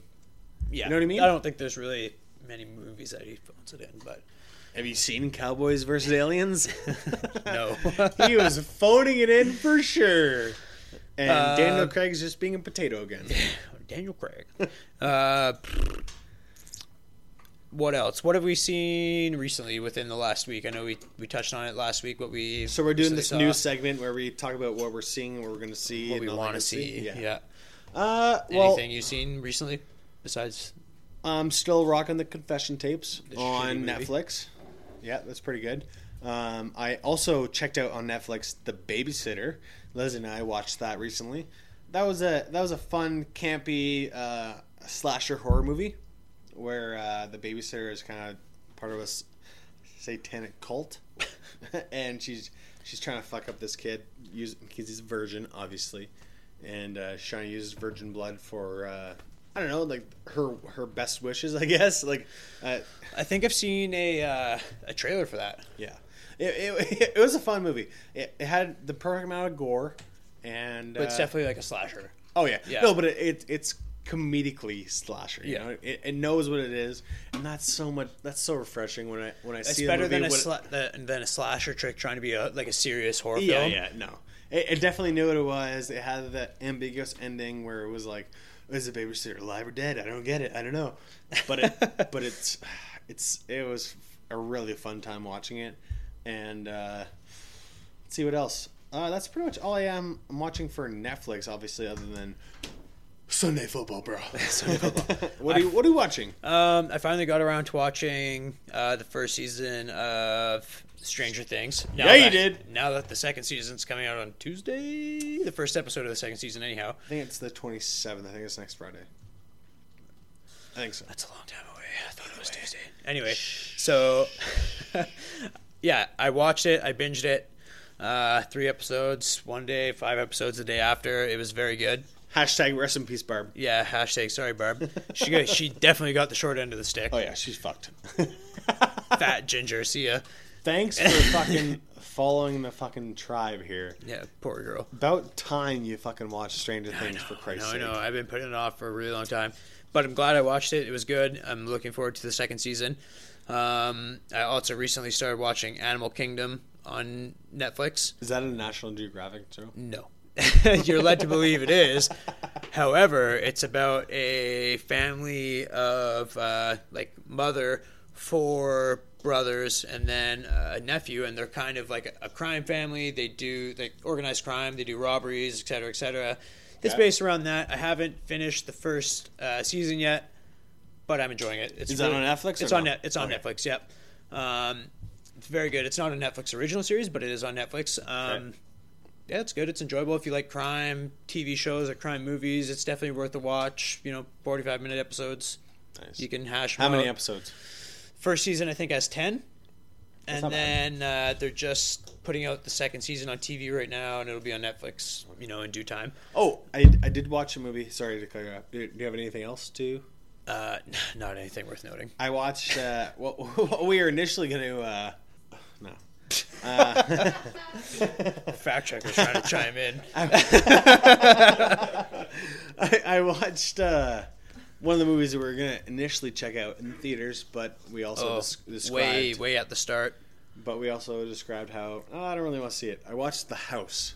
yeah, know what I mean? I don't think there's really many movies that he phones it in, but *sighs* Have you seen Cowboys versus Aliens? *laughs* No. *laughs* he was phoning it in for sure. And Uh, Daniel Craig's just being a potato again. *laughs* Daniel Craig. uh, what else? What have we seen recently within the last week? I know we we touched on it last week. What we So we're doing this recently new saw, segment where we talk about what we're seeing, what we're going to see, what we all that want to good see. Yeah. Yeah. Uh, well, Anything you've seen recently besides? I'm still rocking the confession tapes The on shitty movie. Netflix. Yeah, that's pretty good. Um, I also checked out on Netflix The Babysitter. Liz and I watched that recently. That was a that was a fun, campy uh, slasher horror movie where uh, the babysitter is kind of part of a s- satanic *laughs* cult, and she's she's trying to fuck up this kid because he's a virgin, obviously, and uh, she's trying to use virgin blood for uh, I don't know, like her her best wishes, I guess. *laughs* Like, uh, I think I've seen a uh, a trailer for that. yeah, it, it, it was a fun movie. It, it had the perfect amount of gore, and But it's uh, definitely like a slasher. Oh yeah, Yeah. no, but it, it it's comedically slasher. You Yeah. know, it, it knows what it is, and that's so much. That's so refreshing when I when I It's see better a movie, than a what- sla- than than a slasher trick trying to be a, like a serious horror Yeah, film. yeah, no. It, it definitely knew what it was. It had that ambiguous ending where it was like, "Is the babysitter alive or dead? I don't get it. I don't know." But *laughs* it, but it's, it's it was a really fun time watching it, and uh, let's see what else. Uh, that's pretty much all I am. I'm watching for Netflix, obviously, other than Sunday football, *laughs* bro. Sunday football. what are you What are you watching? Um, I finally got around to watching uh, the first season of Stranger Things. Now Yeah, you that- did. Now that the second season's coming out on Tuesday, the first episode of the second season, anyhow. I think it's the 27th. I think it's next Friday. I think so. That's a long time away. I thought it was Tuesday. Anyway, so *laughs* yeah, I watched it. I binged it. Uh, three episodes one day, five episodes the day after. It was very good. Hashtag rest in peace, Barb. Yeah. Hashtag sorry, Barb. She got, *laughs* she definitely got the short end of the stick. Oh yeah, she's fucked. Fat ginger. See ya. Thanks *laughs* for fucking following the fucking tribe here. Yeah. Poor girl. About time you fucking watched Stranger Things for No, Christ's I sake. know. I've been putting it off for a really long time, but I'm glad I watched it. It was good. I'm looking forward to the second season. Um, I also recently started watching Animal Kingdom on Netflix. Is that a National Geographic show? No. *laughs* You're led to believe it is. However, it's about a family of uh, like mother, four brothers, and then a nephew, and they're kind of like a crime family. They do like organized crime, they do robberies, et cetera, et cetera. It's Okay. based around that. I haven't finished the first uh, season yet, but I'm enjoying it. It's Is that on Netflix or It's on no? Net. It's on Netflix. Yep. Um, it's very good. It's not a Netflix original series, but it is on Netflix. Um, Right. Yeah, it's good. It's enjoyable if you like crime TV shows or crime movies. It's definitely worth a watch. You know, forty-five minute episodes. Nice. You can hash. How them many out. episodes? First season, I think, has ten, not and then uh, they're just putting out the second season on TV right now, and it'll be on Netflix. You know, in due time. Oh, I, I did watch a movie. Sorry to cut you off. Do do you have anything else to? Uh, *laughs* not anything worth noting. I watched uh, *laughs* what, what we were initially going to. Uh, *sighs* *laughs* no. Uh, Fact checkers trying to chime *laughs* in. I, I watched uh, one of the movies that we were going to initially check out in theaters, but we also Oh, dis- described. way, way at the start. But we also described how oh, I don't really want to see it. I watched The House,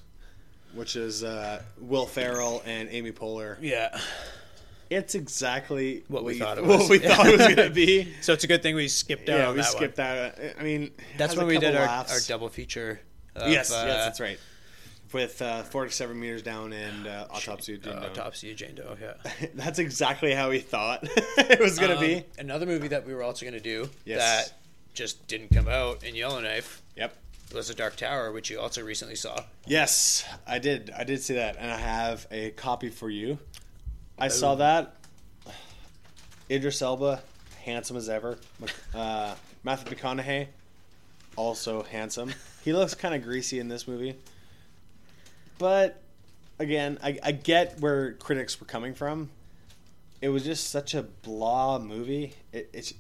which is uh, Will Ferrell and Amy Poehler. Yeah. It's exactly What we you- *laughs* thought it was. What we thought it was going to *laughs* be. So it's a good thing we skipped out Yeah, on we that skipped that. I mean, it one. That's has when a we did couple our, laughs. our double feature. Of, Yes, uh, yes, that's right. With uh, forty-seven meters down and uh, autopsy. of Jane uh, Doe. Autopsy of Jane Doe. Yeah, *laughs* That's exactly how we thought *laughs* it was going to Um, be. another movie that we were also going to do Yes. that just didn't come out in Yellowknife Yep. was The Dark Tower, which you also recently saw. Yes, I did. I did see that, and I have a copy for you. Oh. I saw that. Idris Elba, handsome as ever. Mc- Uh, Matthew McConaughey, also handsome. He looks kind of greasy in this movie, but again, I, I get where critics were coming from. It was just such a blah movie. It, it's,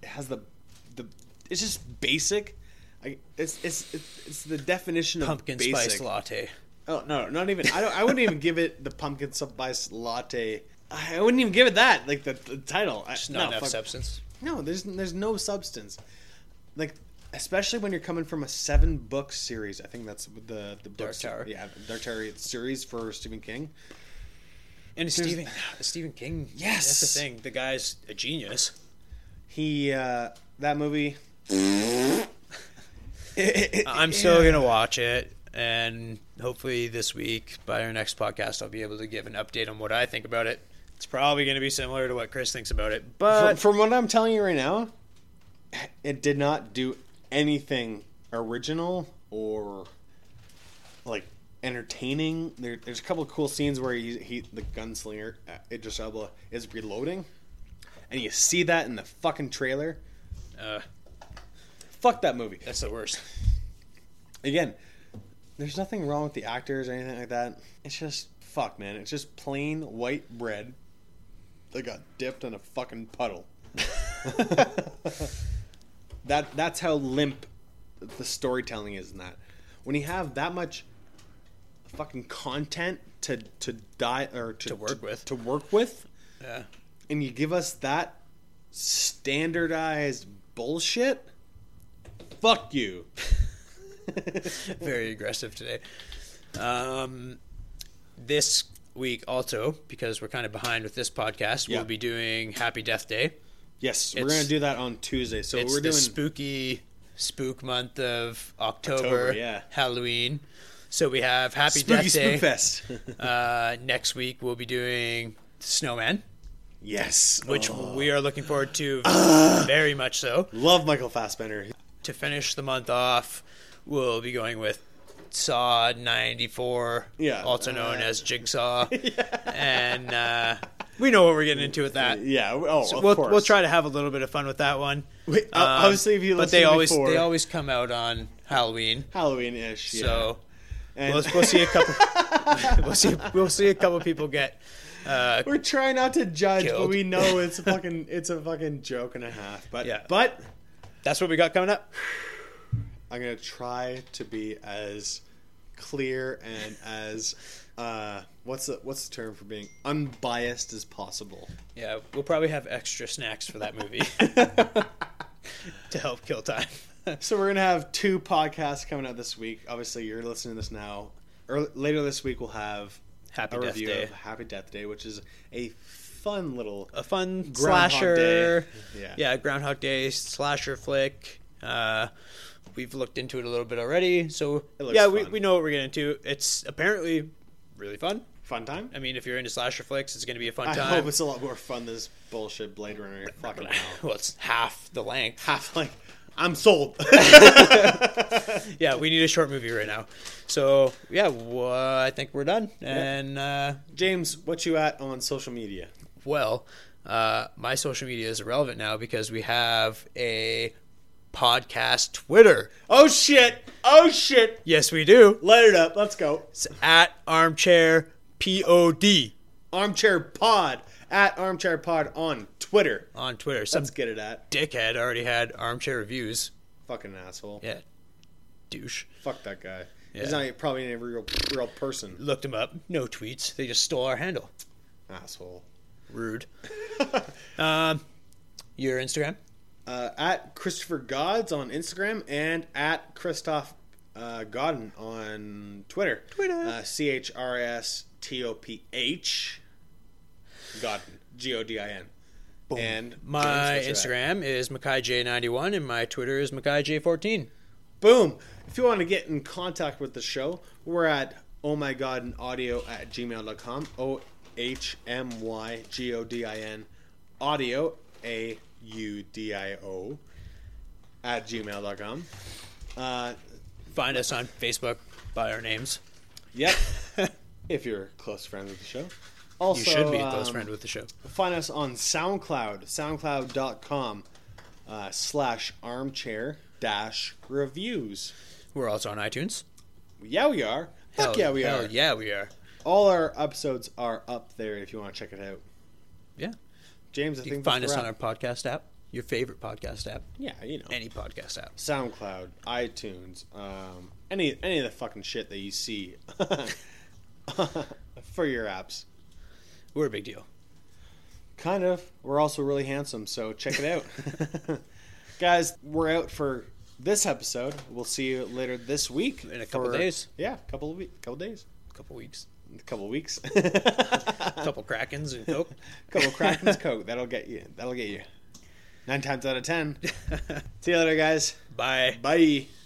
it has the the it's just basic. I, it's, it's it's it's the definition Pumpkin of basic. Spice Latte. Oh no, not even. I don't. I wouldn't even give it the pumpkin spice latte. I I wouldn't even give it that. Like the, the title. I, Just not enough fuck- substance. No, there's there's no substance. Like especially when you're coming from a seven book series. I think that's the the book Dark se- Tower. Yeah, Dark Tower series for Stephen King. And it's Stephen uh, Stephen King. Yes. that's the thing. The guy's a genius. He uh, that movie. *laughs* Uh, I'm still gonna watch it, and hopefully this week by our next podcast, I'll be able to give an update on what I think about it. It's probably gonna be similar to what Chris thinks about it, From, but from what I'm telling you right now, it did not do anything original or like entertaining. There, there's a couple of cool scenes where he, he the gunslinger uh, Idris Elba is reloading, and you see that in the fucking trailer. uh, Fuck that movie that's the worst. again. There's nothing wrong with the actors or anything like that. It's just fuck, man. It's just plain white bread that got dipped in a fucking *laughs* puddle. that that's how limp the storytelling is in that. When you have that much fucking content to to die or to, To work with. to work with, Yeah, and you give us that standardized bullshit, fuck you. very aggressive today. Um, this week also because we're kind of behind with this podcast, Yeah. we'll be doing Happy Death Day. Yes, we're It's- gonna do that on Tuesday. So It's we're the doing spooky spook month of October, October, yeah. Halloween. So we have *laughs* Happy Spooky Death Day. Spook Fest. *laughs* Uh, next week we'll be doing Snowman, yes, which Oh. Ah. we are looking forward to very much so. love Michael Fassbender. To finish the month off, we'll be going with Saw 94, Yeah, also known uh, *laughs* as Jigsaw. And uh, we we know what we're getting into with that. yeah. Oh, So of we'll, course. we'll try to have a little bit of fun with that one. Um, Wait, uh, obviously, if you but they listen always before- they always come out on Halloween, Halloween ish. Yeah. so and *laughs* we'll, we'll see a couple. *laughs* we'll see we'll see a couple people get. Uh, we're trying not to judge, but Killed. we *laughs* know it's a fucking it's a fucking joke and a half. But Yeah. but that's what we got coming up. I'm gonna try to be as clear and as uh, what's the what's the term for being unbiased as possible. Yeah, we'll probably have extra snacks for that *laughs* movie to help kill time. So we're gonna have two podcasts coming out this week. Obviously, you're listening to this now. Earl later this week, we'll have Happy a Death review Day. of Happy Death Day, which is a fun little a fun Groundhog slasher. Day. Yeah. yeah, Groundhog Day slasher flick. Uh, we've looked into it a little bit already, so It looks yeah, we, fun. we know what we're getting into. It's apparently really fun. fun time. I mean, if you're into slasher flicks, it's going to be a fun I time. *laughs* hope it's a lot more fun than this bullshit Blade Runner. Fucking hell. well, it's half the length. half like I'm sold. *laughs* Yeah, we need a short movie right now. So yeah, well, I think we're done. And uh, James, what you at on social media? well, uh, my social media is irrelevant now because we have a podcast Twitter. Oh shit! Oh shit! Yes, we do. Light it up. Let's go. It's at armchair pod Armchair Pod at Armchair Pod on Twitter. on Twitter. Some Let's get it at dickhead already had armchair reviews. fucking asshole. Yeah, douche. Fuck that guy. Yeah. He's not even- probably even a real real person. Looked him up. No tweets. They just stole our handle. Asshole. *laughs* Rude. um, your Instagram. Uh, at Christopher Gods on Instagram and at Christoph uh, Godin on Twitter. Twitter. Uh, C H R S T O P H Godin. G O D I N. And My James, what's your at? Instagram is MakaiJ91 and my Twitter is MakaiJ14. Boom. If you want to get in contact with the show, we're at oh my god audio at gmail.com. O H M Y G O D I N audio A U D I O at gmail.com. Uh, Find us on Facebook by our names. *laughs* yep. if you're a close friend with the show. You Also, should be a close um, friend with the show. Find us on SoundCloud, soundcloud.com uh, slash armchair dash reviews. We're also on iTunes. Yeah, we are. Fuck Hell- yeah, we hell are. Yeah, we are. All our episodes are up there if you want to check it out. Yeah. James, I You can think find that's us a on our wrap. podcast app, your favorite podcast app, yeah, you know, any podcast app. SoundCloud, iTunes, um, any any of the fucking shit that you see *laughs* for your apps. We're a big deal. Kind of. We're also really handsome, so check it *laughs* out, *laughs* guys. We're out for this episode. We'll see you later this week In a couple for- days. Yeah, couple of weeks, couple days, *laughs* couple weeks, couple *laughs* weeks, couple Krakens and Coke. *laughs* couple Kraken's coat. That'll get you. *laughs* That'll get you. Nine times out of ten. See you later, guys. Bye. Bye.